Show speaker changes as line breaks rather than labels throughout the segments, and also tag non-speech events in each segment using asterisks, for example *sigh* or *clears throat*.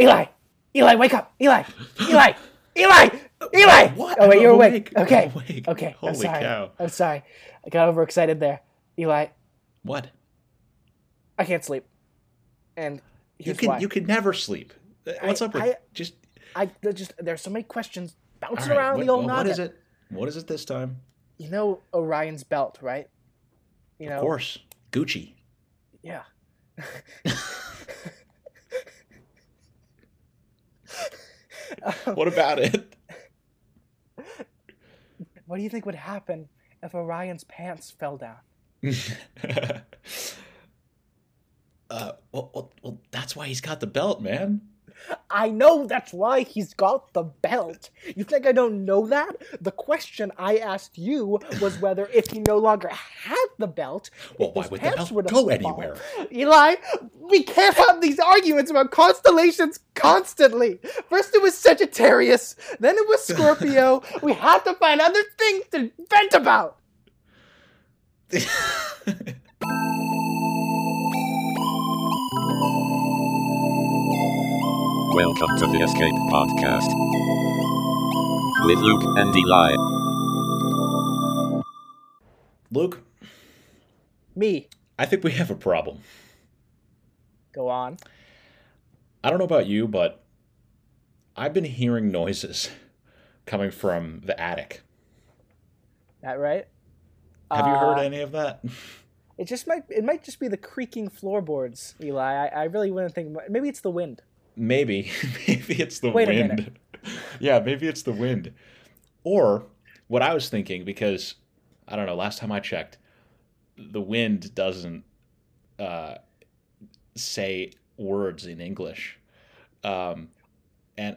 Eli, Eli, wake up, Eli, *laughs*
*gasps*
Eli, Eli, Eli.
What?
Oh wait,
I'm
you're awake.
awake. I'm
Okay,
awake.
okay.
Holy
I'm sorry.
cow.
I'm sorry. I got overexcited there. Eli,
What?
I can't sleep, and
You
here's
can
why.
you can never sleep. Uh, What's up with
I-
just
I there's just there's so many questions
all
bouncing
right,
around
what-
the old
well,
noggin.
what is it? What is it this time?
You know Orion's belt, right? You know,
Of course. Gucci.
yeah.
*laughs*
*laughs* Um,
What about it?
What do you think would happen if Orion's pants fell down?
*laughs* uh, well, well, well, that's why he's got the belt, man.
I know that's why he's got the belt. You think I don't know that? The question I asked you was whether if he no longer had the belt,
Well, why
his
would the
pants
belt
would've
go
fallen.
anywhere?
Eli, we can't have these arguments about constellations constantly. First it was Sagittarius, then it
*laughs*
was Scorpio. we have to find other things to vent about.
Welcome to the Escape Podcast with Luke and Eli.
*laughs* Luke,
Me,
I think we have a problem.
go on.
I don't know about you, but I've been hearing noises coming from the attic.
That right?
Have you heard
Uh,
any of that? *laughs*
It just might. It might just be the creaking floorboards, Eli. I, I really wouldn't think. Maybe it's the wind.
Maybe. *laughs* maybe it's the
Wait a
wind.
minute.
*laughs* yeah, maybe it's the wind. Or what I was thinking, because I don't know, last time I checked, the wind doesn't uh, say words in English. Um,
*laughs*
and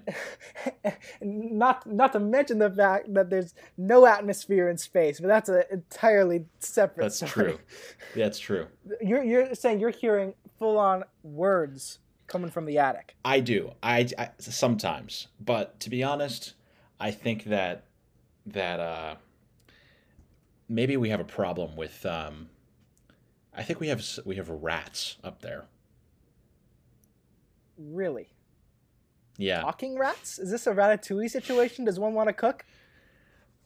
not not to mention the fact that there's no atmosphere in space, but that's an entirely separate.
that's
story.
true. That's true.
*laughs* You're you're saying you're hearing full on words coming from the attic.
I do. I, I sometimes, but to be honest, I think that that uh, maybe we have a problem with. Um, I think we have s- we have rats up there.
Really,
Yeah.
talking rats? Is this a ratatouille situation? Does one want to cook?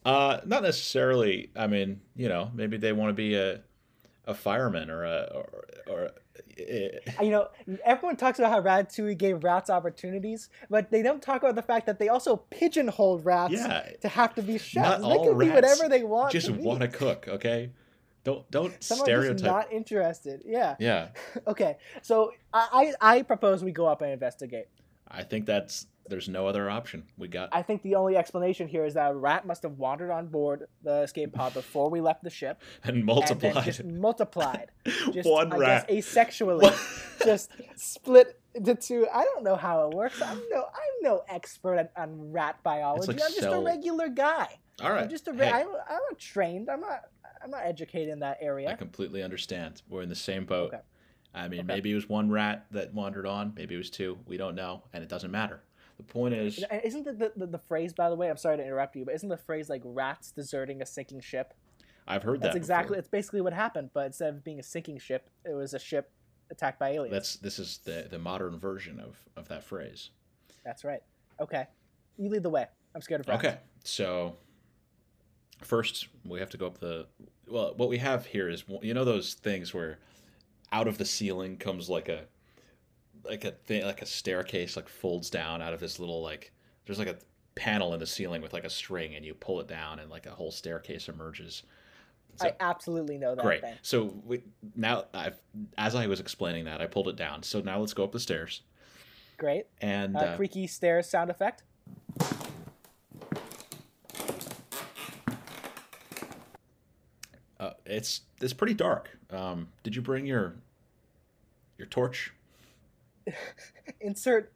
Uh, not necessarily. I mean, you know, maybe they want to be a a fireman or a or, or eh,
Uh, You know, everyone talks about how Ratatouille gave rats opportunities, but they don't talk about the fact that they also pigeonholed rats
yeah.
to have to be chefs.
Not
they
all
can
rats
be whatever they want.
Just
to
want to
be.
cook, okay? Don't don't
Some are just
stereotype.
not interested. Yeah.
Yeah,
Okay. So I, I I propose we go up and investigate.
I think that's there's no other option. We got
I think the only explanation here is that a rat must have wandered on board the escape pod before we left the ship
*laughs* and
and then
multiplied.
just
*laughs*
multiplied. Just
one
I
rat.
guess
*laughs*
asexually.
What-
just split the two. I don't know how it works. I'm no I'm no expert on, on rat biology.
like
I'm just a
cell-
regular guy.
All right.
I'm just a
Hey,
re- I'm, I'm not trained. I'm not I'm not educated in that
I
area.
completely understand. We're in the same boat.
Okay.
I mean,
Okay.
maybe it was one rat that wandered on. Maybe it was two. We don't know, and it doesn't matter. The point is,
And Isn't the, the, the, the phrase, by the way, I'm sorry to interrupt you, but isn't the phrase like rats deserting a sinking ship?
I've heard
That's
that.
exactly,
before.
it's basically what happened, but instead of being a sinking ship, it was a ship attacked by aliens.
That's this is the the modern version of of that phrase.
That's right. Okay. You lead the way. I'm scared of rats.
Okay, so first we have to go up the. Well, what we have here is you know those things where out of the ceiling comes like a like a thing like a staircase like folds down out of this little like there's like a panel in the ceiling with like a string and you pull it down and like a whole staircase emerges.
I absolutely know that
Great.
thing.
So we, now I've as I was explaining that I pulled it down. So now let's go up the stairs
Great.
and
Uh,
uh,
creaky stairs sound effect.
uh, it's it's pretty dark. Um, did you bring your your torch?
Insert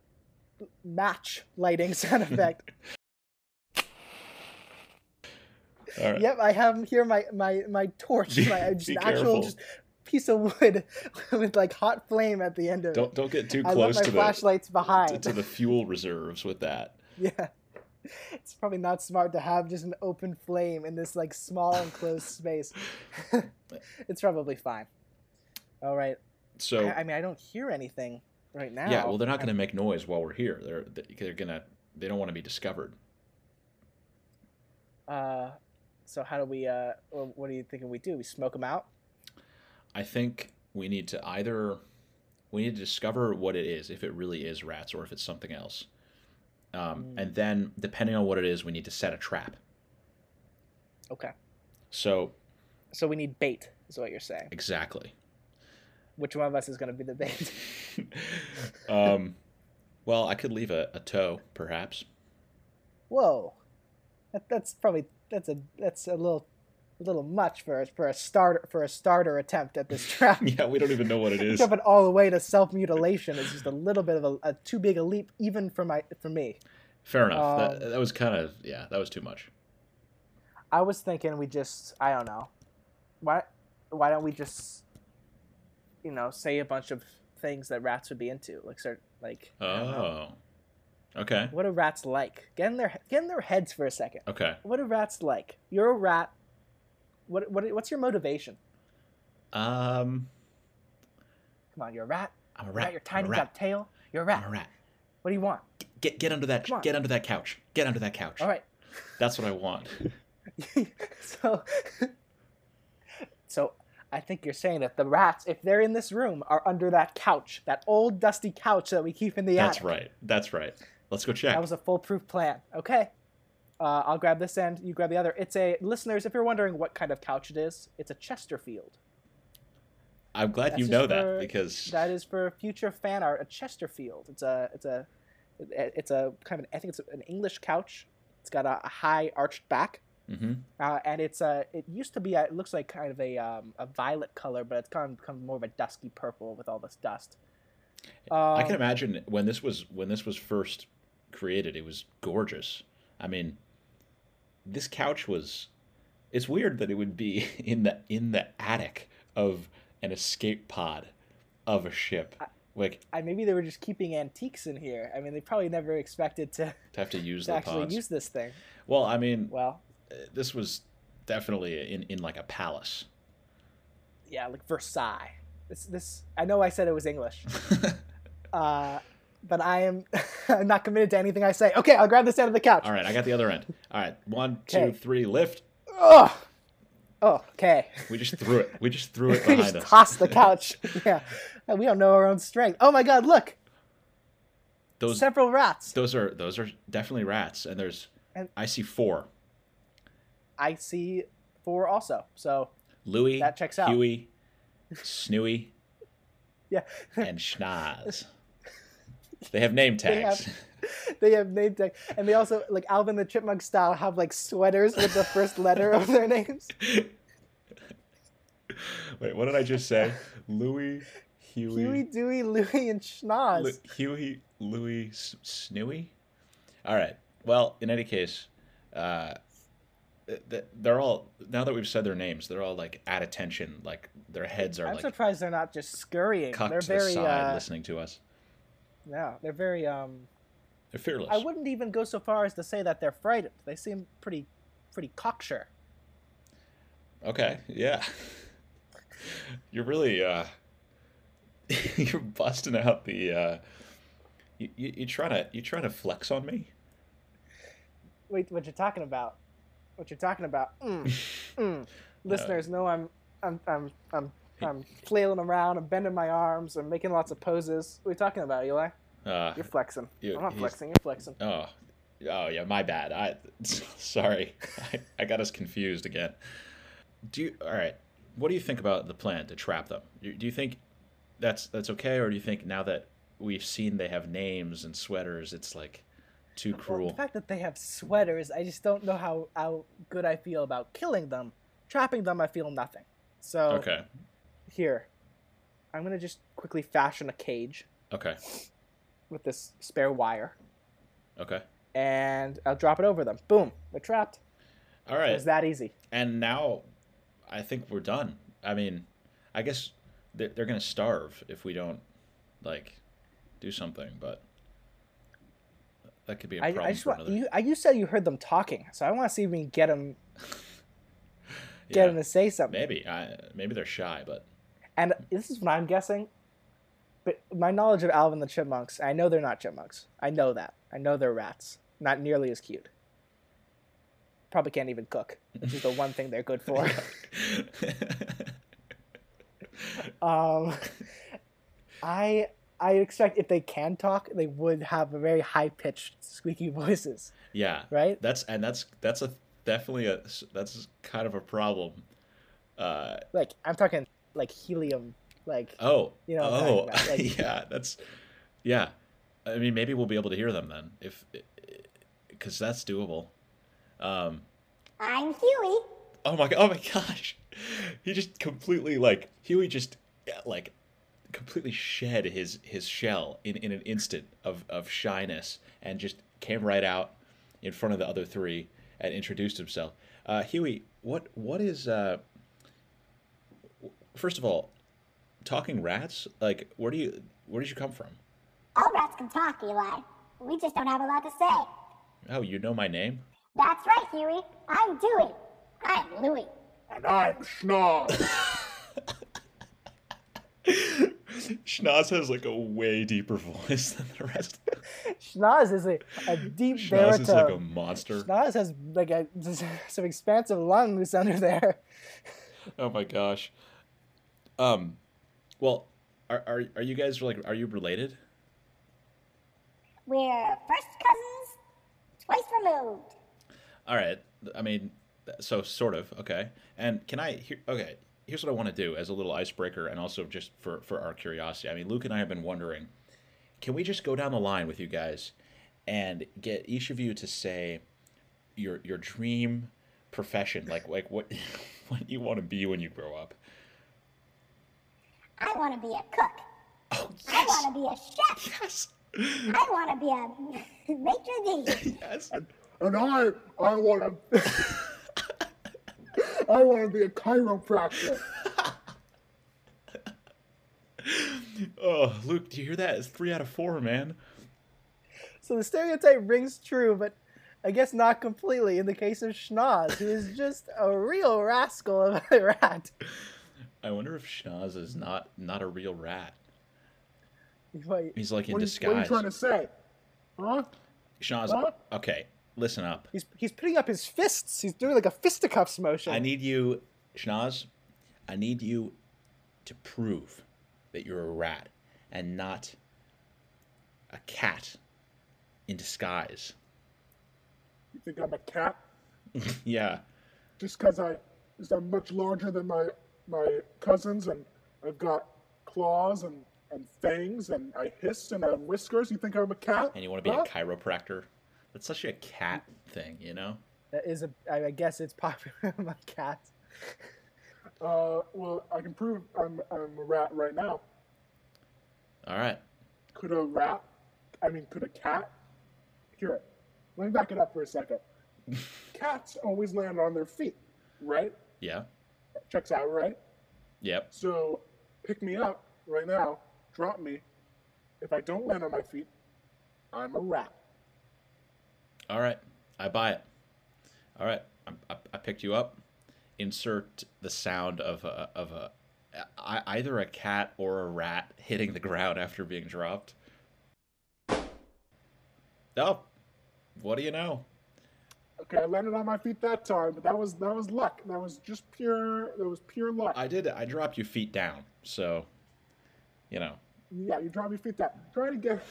match lighting
*laughs*
sound effect.
All right.
Yep, I have here my my my torch,
*laughs* Be-
my just
be
an actual
careful.
just piece of wood *laughs* with like hot flame at the end of
Don't
it.
don't get too
I left
close
my
to the
flashlights
to,
behind.
to the fuel reserves with that.
*laughs* yeah, it's probably not smart to have just an open flame in this like small
*laughs*
enclosed space. it's probably fine. All right.
So
I, I mean, I don't hear anything. right now.
Yeah, well, they're not going to make noise while we're here. They're they're gonna they don't want to be discovered.
Uh, so how do we? Uh, wh- what are you thinking we do? We smoke them out.
I think we need to either we need to discover what it is, if it really is rats or if it's something else. Um,
Mm.
And then, depending on what it is, we need to set a trap.
Okay.
So
So we need bait, is what you're saying.
exactly. *laughs*
Which one of us is going to be the bait? *laughs*
um, well, I could leave a, a toe, perhaps. *laughs*
Whoa, that, that's probably that's a that's a little a little much for a, for a starter for a starter attempt at this *laughs* trap.
Yeah, we don't even know what
*laughs*
it is.
Jumping all the way to self mutilation is just a little bit of a, a too big a leap, even for my for me.
Fair enough. that,
Um,
that was kind of yeah, that was too much.
I was thinking we just I don't know. Why why don't we just you know, say a bunch of things that rats would be into? Like start like I don't know.
Oh, okay,
what do rats like? Get in their get in their heads for a second.
okay.
What do rats like? You're a rat. What what what's your motivation?
Um,
Come on, you're a rat.
I'm a
You got
rat.
your
I'm
tiny
a rat.
got tail. You're a
I'm
rat.
a rat.
What do you want?
Get get under that
Come on.
get under that couch. Get under that couch.
All right.
That's what I want.
*laughs* so so I think you're saying that the rats, if they're in this room, are under that couch, that old dusty couch that we keep in the attic.
That's right. That's right. Let's go check.
That was a foolproof plan. Okay. Uh, I'll grab this end, you grab the other. It's a, listeners, if you're wondering what kind of couch it is, it's a Chesterfield.
I'm glad
that's
you
just
know
for-
that because
That is for future fan art, a Chesterfield. It's a, it's a, it's a kind of, I think it's an English couch. It's got a, a high arched back.
hmm
Uh, and it's a, it used to be, a, it looks like kind of a, um, a violet color, but it's kind of become more of a dusky purple with all this dust.
I
Um,
can imagine when this was when this was first created, it was gorgeous. I mean, this couch was. It's weird that it would be *laughs* in the in the attic of an escape pod of a ship.
I-
Like
I, maybe they were just keeping antiques in here. I mean, they probably never expected to,
to have to use
to
the
actually
pods.
use this thing.
well, I mean,
Well,
uh, this was definitely in in like a palace.
yeah, like Versailles. This, this. I know I said it was
*laughs*
English, uh, but I am, *laughs* I'm not committed to anything I say. Okay, I'll grab this out of the couch.
All right, I got the other
*laughs*
end. All right, one, two,
Okay.
three, lift.
Ugh. Oh, okay.
We just threw it. We just threw
*laughs*
it
we
behind
just
us.
tossed the couch. *laughs* yeah, we don't know our own strength. Oh my God! Look,
Those
several rats.
those are those are definitely rats, and there's
And-
I see four.
I see four also. So *laughs*
Louis,
That checks out.
Huey, Snooey,
*laughs* Yeah.
and Schnoz. They have name
They have-
tags. *laughs*
they have name tag, and they also like Alvin the Chipmunk style have like sweaters with the first letter of their names.
Wait, what did I just say? *laughs* Louis,
Huey, Dewey, Louie, and Schnoz.
Lu- Huey, Louis, S- Snooey. All right. Well, in any case, uh, th- th- they're all now that we've said their names, they're all like at attention, like their heads are
I'm
like
surprised they're not just scurrying.
cocked
They're
to the
very
side,
uh,
listening to us.
Yeah, they're very. Um,
They're fearless.
I wouldn't even go so far as to say that they're frightened. They seem pretty, pretty cocksure.
Okay, yeah. *laughs* You're really uh *laughs* you're busting out the uh you, you you trying to you trying to flex on me?
Wait, what you're talking about? What you're talking about?
*laughs*
Mm,
Uh,
mm. Listeners know I'm, I'm, I'm, I'm, I'm flailing around. I'm bending my arms. I'm making lots of poses. What are you talking about, Eli?
Uh
You're
*laughs*
flexing.
You-
I'm not
he's-
flexing. You're flexing.
oh. Oh yeah, my bad. I *laughs* sorry. I, I got us confused again. Do you all right. What do you think about the plan to trap them? You- Do you think that's that's okay or do you think now that we've seen they have names and sweaters, it's like too
Well,
cruel?
the fact that they have sweaters, I just don't know how how good I feel about killing them. Trapping them, I feel nothing. So
Okay.
here, I'm gonna just quickly fashion a cage.
Okay.
with this spare wire
Okay.
and I'll drop it over them. Boom, they're trapped.
All right.
It was that easy.
and now I think we're done. I mean, I guess they're, they're gonna starve if we don't like do something, but that could be a
I,
problem
I just
for
want
another.
you. I, you said you heard them talking, so I want to see if we can get them get
Yeah,
'em to say something.
maybe I maybe they're shy, but
And this is what I'm guessing. but my knowledge of Alvin the Chipmunks, I know they're not chipmunks. I know that. I know they're rats. Not nearly as cute. Probably can't even cook, which is the one thing they're good
*laughs*
for. *laughs* um, I I expect if they can talk, they would have very high pitched, squeaky *laughs* voices,
yeah,
right?
that's and that's that's a definitely a that's kind of a problem. Uh,
Like I'm talking like helium, like
oh,
You know what I'm
oh, *laughs*
talking about, like-
yeah, that's yeah. I mean, maybe we'll be able to hear them then if because that's doable. Um,
I'm Huey.
Oh my god! Oh my gosh! *laughs* He just completely like Huey just yeah, like completely shed his his shell in in an instant of of shyness and just came right out in front of the other three and introduced himself. Uh, Huey, what what is uh w- first of all talking rats? Like where do you where did you come from?
All rats can talk, Eli. We just don't have a lot to say.
Oh, you know my *laughs* name.
That's right, Huey. I'm Dewey. I'm Louie.
And I'm Schnoz.
Schnoz has like a way deeper *laughs* voice than the rest.
Schnoz is a, a deep
Schnoz
baritone.
is like a monster.
Schnoz has like a, *laughs* some expansive lungs under there.
Oh my gosh. Um, well, are are are you guys like are you related?
We're first cousins, twice removed.
All right. I mean, so sort of okay. And can I hear? Okay, here's what I want to do as a little icebreaker, and also just for for our curiosity. I mean, Luke and I have been wondering, can we just go down the line with you guys, and get each of you to say your your dream profession, like like what *laughs* what you want to be when you grow up.
I want to be a cook.
Oh
I
yes,
want to be a chef.
yes,
I want to be a *laughs* maitre d'.
yes.
and I, I want to, *laughs* I want to be a chiropractor.
Oh, Luke, do you hear that? It's three out of four, man.
So the stereotype rings true, but I guess not completely in the case of Schnoz, who is just a real rascal of a *laughs* rat.
I wonder if Shaz is not not a real rat.
Wait,
He's like in
What are, you, what are you
disguise.
trying to say? Huh?
Shaz,
Huh?
okay, listen up.
He's, he's putting up his fists. He's doing like a fisticuffs motion.
I need you, Shaz. I need you to prove that you're a rat and not a cat in disguise.
You think I'm a cat?
Yeah.
Just 'cause I, just I'm much larger than my my cousins, and I've got claws and and fangs, and I hiss, and I have whiskers. You think I'm a cat?
And you want to be
Huh?
a chiropractor? That's such a cat thing, you know?
That is a. I I guess it's popular *laughs* among cats.
Uh, well, I can prove I'm I'm a rat right now.
All right.
Could a rat? I mean, could a cat? Hear it. Let me back it up for a second. Cats always land on their feet, right?
Yeah.
Checks out, right?
Yep.
So, pick me up right now. Drop me. If I don't land on my feet, I'm a rat.
All right, I buy it. All right, I, I, I picked you up. Insert the sound of a of a I, either a cat or a rat *laughs* hitting the ground after being dropped. Oh, what do you know?
Okay, I landed on my feet that time, but that was that was luck. That was just pure. That was pure luck.
I did. I dropped you feet down, so you know.
yeah, you drop your feet that. Try to get.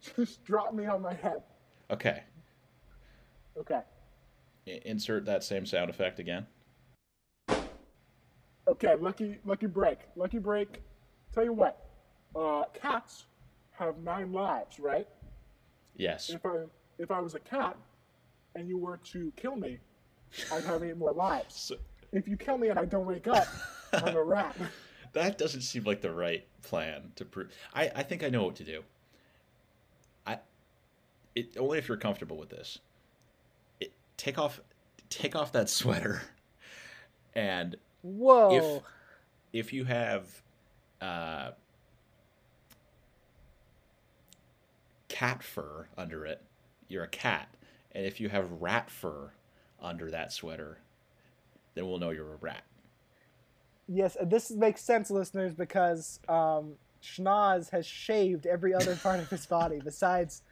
*laughs* just drop me on my head.
Okay,
Okay.
I- insert that same sound effect again.
Okay, lucky lucky break. Lucky break. Tell you what, uh, cats have nine lives, right?
Yes.
If I if I was a cat and you were to kill me, I'd have eight more lives.
So,
If you kill me and I don't wake up,
*laughs*
I'm a rat.
that doesn't seem like the right plan to prove. I, I think I know what to do. I, it only if you're comfortable with this. It, take off, take off that *laughs* sweater, and
Whoa!
if you have, uh, cat fur under it, you're a cat, and if you have rat fur under that sweater, then we'll know you're a rat.
uh, Yes, and this makes sense, listeners, because um, schnoz has shaved every other *laughs* part of his body besides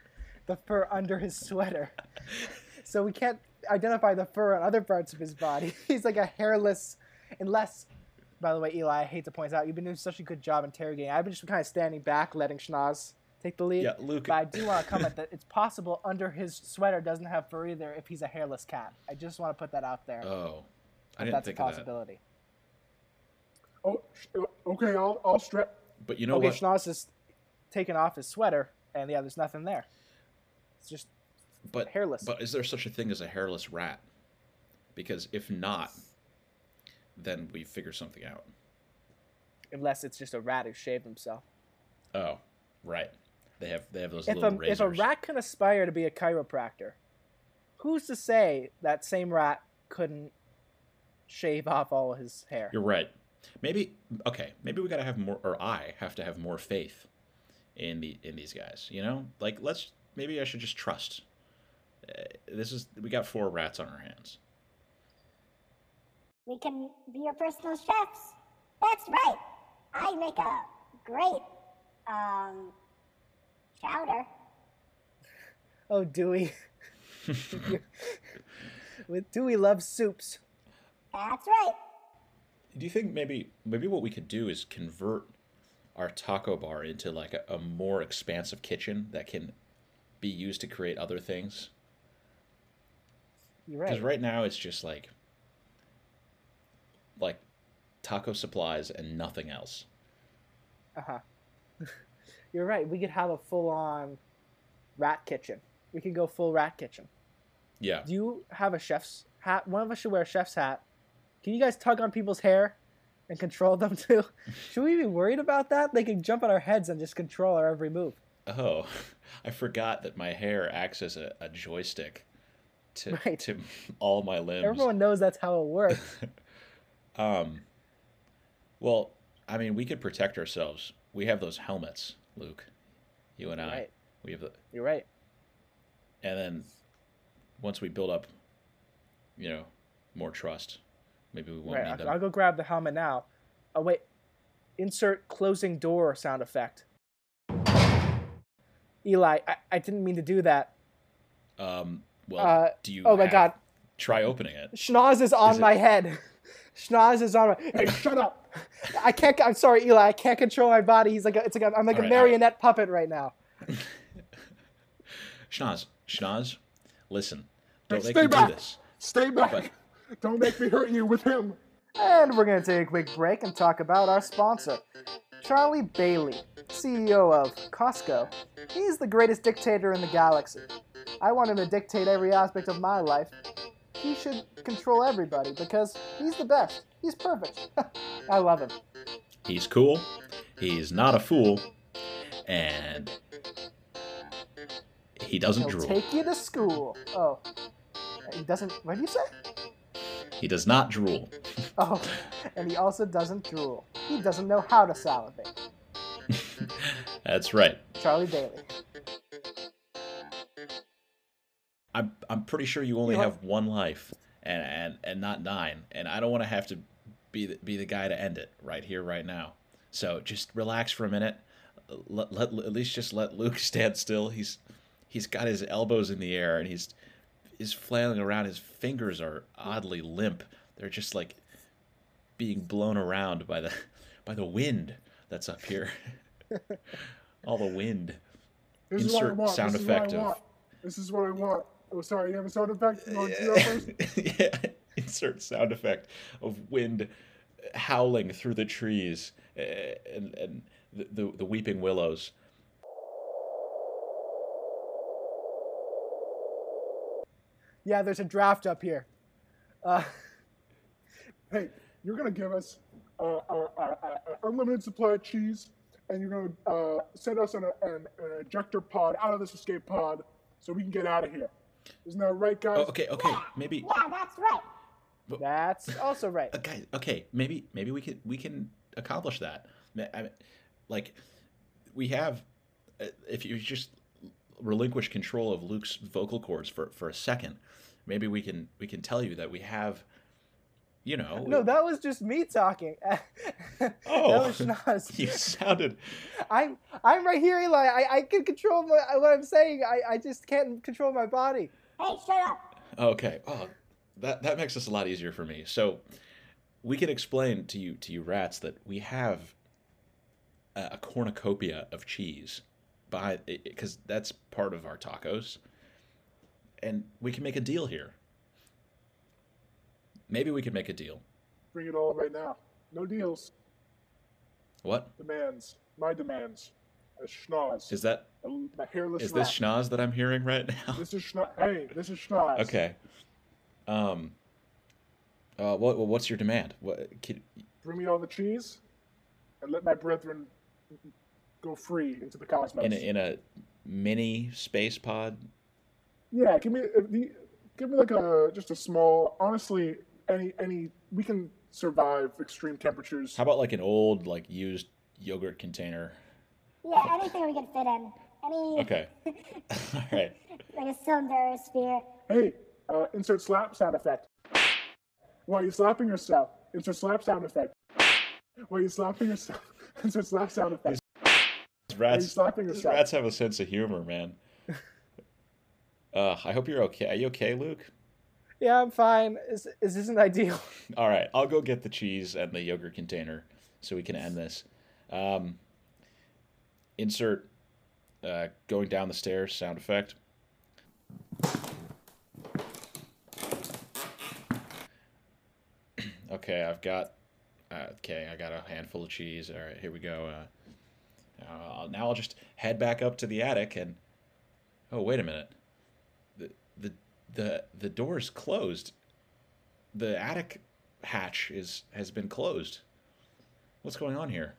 the fur under his
*laughs*
sweater. So we can't identify the fur on other parts of his body. *laughs* He's like a hairless, unless, by the way, Eli, I hate to point out, you've been doing such a good job interrogating. I've been just kind of standing back, letting schnoz take the lead.
Yeah, Luke.
But I do want to comment that it's possible under his sweater doesn't have fur either if he's a hairless cat. I just want to put that out there.
Oh,
that
I didn't
that's
think
a
of that.
possibility.
Oh, sh- okay, I'll, I'll strip.
But you know
okay,
what?
Schnoz is taking off his sweater, and yeah, there's nothing there. It's just
but
hairless.
but is there such a thing as a hairless rat? Because if not, then we figure something out.
unless it's just a rat who shaved himself.
Oh, right. They have they have those
If
little
a, if
razors.
a rat can aspire to be a chiropractor, who's to say that same rat couldn't shave off all his hair?
You're right. Maybe okay. Maybe we gotta have more, or I have to have more faith in the in these guys. You know, like let's maybe I should just trust. Uh, this is we got four rats on our hands.
We can be your personal chefs. That's right. I make a great um chowder.
Oh,
*laughs*
Dewey. With Dewey loves soups.
That's right.
Do you think maybe maybe what we could do is convert our taco bar into like a, a more expansive kitchen that can be used to create other things?
You're
Because
right.
right now it's just like like taco supplies and nothing else.
Uh huh. *laughs* You're right. We could have a full on rat kitchen. We could go full rat kitchen.
Yeah.
Do you have a chef's hat? One of us should wear a chef's hat. Can you guys tug on people's hair and control them too? should we be worried about that? They can jump on our heads and just control our every move.
Oh, *laughs* I forgot that my hair acts as a, a joystick to
*laughs* Right.
to all my limbs.
Everyone knows that's how it works.
Um, well, I mean, we could protect ourselves. We have those helmets, Luke. You and I.
Right.
We have, the,
You're right.
and then once we build up, you know, more trust, maybe we won't
Right.
need
I'll,
them.
I'll go grab the helmet now. Oh wait. Insert closing door sound effect. Eli, I, I didn't mean to do that.
Um, well,
Uh,
do you?
oh my
have-
God.
Try opening it.
Schnoz is on
it-
my head. *laughs* Schnoz is on my.
Hey, shut up.
I can't. I'm sorry, Eli. I can't control my body. He's like a, it's like a, I'm like a
All right, all right.
marionette puppet right now.
Schnoz, Schnoz, listen. Don't make
stay
me
back.
do this.
Stay back. Don't make me hurt you with him.
And we're going to take a quick break and talk about our sponsor, Charlie Bailey, CEO of Costco. He's the greatest dictator in the galaxy. I want him to dictate every aspect of my life. He should control everybody because he's the best. He's perfect. *laughs* I love him.
He's cool. He's not a fool, and he doesn't
He'll
drool.
take you to school. Oh. He doesn't. What did you say?
He does not drool. *laughs*
Oh, and he also doesn't drool. He doesn't know how to salivate.
That's right.
Charlie Bailey.
I'm I'm pretty sure you only
You know-
have one life, and and and not nine. And I don't want to have to be the, be the guy to end it right here, right now. So just relax for a minute. Let, let at least just let Luke *laughs* stand still. He's he's got his elbows in the air and he's is flailing around. His fingers are oddly limp. They're just like being blown around by the by the wind that's up here. *laughs* All the wind.
This is what I
Insert
want.
sound
this
effect
is
of-
what I want. This is what I want. Oh, sorry, you have a sound effect? You want to do that first?
*laughs* yeah. Insert sound effect of wind howling through the trees eh, and, and the, the, the weeping willows.
Yeah, there's a draft up here.
*laughs*
Uh,
hey, you're gonna give us uh, our, our, our our unlimited supply of cheese, and you're gonna uh, send us an, an, an ejector pod out of this escape pod, so we can get out of here. Isn't that right, guys?
Oh, okay, okay, maybe,
Yeah, that's right.
that's also right.
*laughs* uh, guys, okay, maybe, maybe we can we can accomplish that. Ma- I mean, like, we have, eh, if you just relinquish control of Luke's vocal cords for for a second, maybe we can we can tell you that we have You know.
No, that was just me talking. *laughs*
Oh.
that was Schnoz.
*laughs* you sounded.
I'm I'm right here, Eli. I, I can control my, what I'm saying. I, I just can't control my body.
Hey, shut up.
Okay. Oh, that that makes this a lot easier for me. So, we can explain to you to you rats that we have a, a cornucopia of cheese by because that's part of our tacos, and we can make a deal here. Maybe we could make a deal.
Bring it all right now. No deals.
What
Demands. My demands. A schnoz.
is that?
a, a hairless
Is this
rat.
schnoz that I'm hearing right now?
This is schnoz. Hey, this is schnoz.
Okay. Um. Uh, what well, what's your demand? What can,
Bring me all the cheese, and let my brethren go free into the cosmos.
in a, in a mini space pod?
Yeah, give me if the, give me like a just a small. Honestly, any any we can survive extreme temperatures.
How about like an old like used yogurt container?
Yeah, anything we can fit in. Any
Okay. *laughs*
*laughs*
All right.
like a cylinder or a sphere.
Hey, uh, insert slap sound effect. Why are you slapping yourself? Insert slap sound effect. Why are you slapping yourself? *laughs* Insert slap sound effect. Why are you
Rats.
slapping yourself?
Rats have a sense of humor, man. *laughs* Uh, I hope you're okay. Are you okay, Luke?
Yeah, I'm fine. Is is isn't ideal? *laughs*
All right, I'll go get the cheese and the yogurt container so we can end this. Um, insert uh, going down the stairs sound effect. *clears throat* okay, I've got. Uh, okay, I got a handful of cheese. All right, here we go. Uh, uh, now I'll just head back up to the attic and. Oh wait a minute. The the the the door is closed the attic hatch is has been closed. What's going on here?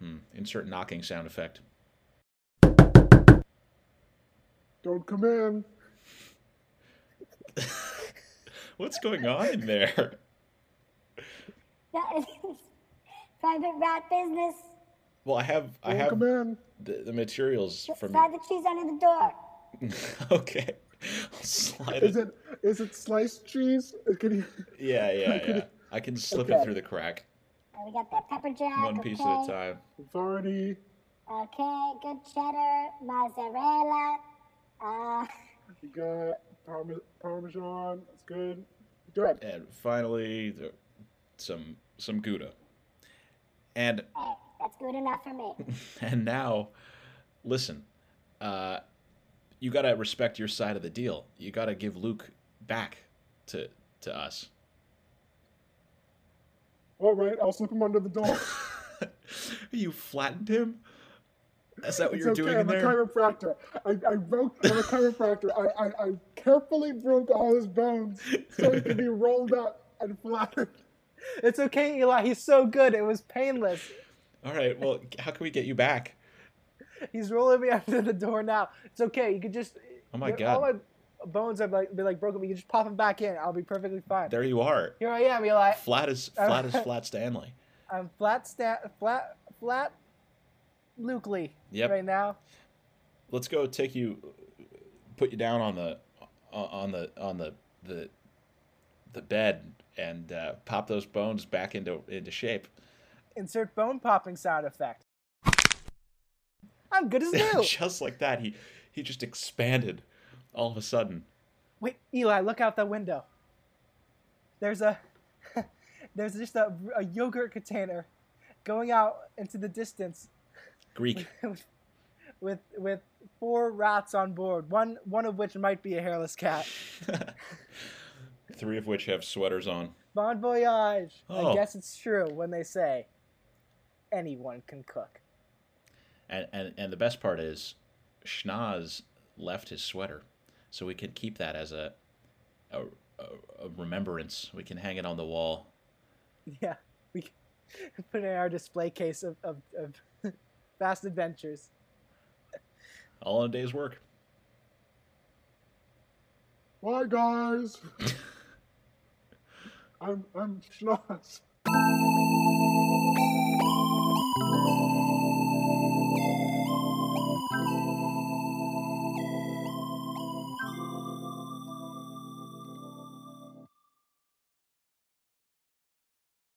Hmm. Insert knocking sound effect.
Don't come in.
What's going on in there?
That is *laughs* private rat business.
Well, I have I
Don't
have
come in.
the, the materials
Just
from.
slide the cheese under the door.
*laughs* okay. I'll slide
Is
it.
it is it sliced cheese? Can *laughs* you?
Yeah, yeah, yeah. I can slip it
Okay.
through the crack,
And we got that pepper jack.
one
okay.
piece at a time.
We've already.
Okay, good cheddar, mozzarella. Uh, *laughs*
We got parme- parmesan. That's good. Good.
And finally, the, some some gouda. And
hey, that's good enough for me.
*laughs* and now listen uh you gotta respect your side of the deal you gotta give luke back to to us *laughs*
All right, I'll slip him under the door.
you flattened him is that what
It's
you're
okay.
doing in
I'm a
there
chiropractor. I, I broke. I'm a chiropractor. I, I, I carefully broke all his bones so
*laughs*
he could be rolled up and flattened.
It's okay, Eli. He's so good. It was painless.
all right well how can we get you back
He's rolling me *laughs* under the door now. It's okay. You could just.
Oh my
All
God.
my bones have like been like broken, but you just pop them back in. I'll be perfectly fine.
there you are
Here I am, Eli.
flat as flat as flat stanley
I'm flat sta flat flat, Lukely
Yep.
right now.
let's go take you put you down on the on the on the the the bed and uh, pop those bones back into into shape
Insert bone popping sound effect. I'm good
*laughs*
as new.
just like that, he he just expanded all of a sudden.
Wait, Eli, look out the window. There's a *laughs* there's just a, a yogurt container going out into the distance
Greek.
with with four rats on board. One one of which might be a hairless cat.
*laughs* Three of which have sweaters on.
Bon voyage.
Oh.
I guess it's true when they say anyone can cook.
And and, and the best part is Schnoz left his sweater. So we can keep that as a a, a, a remembrance. We can hang it on the wall.
*laughs* Yeah, we can put it in our display case of, of, of *laughs* Fast Adventures.
All in a day's work. *laughs*
Why, guys? I'm I'm schnoz.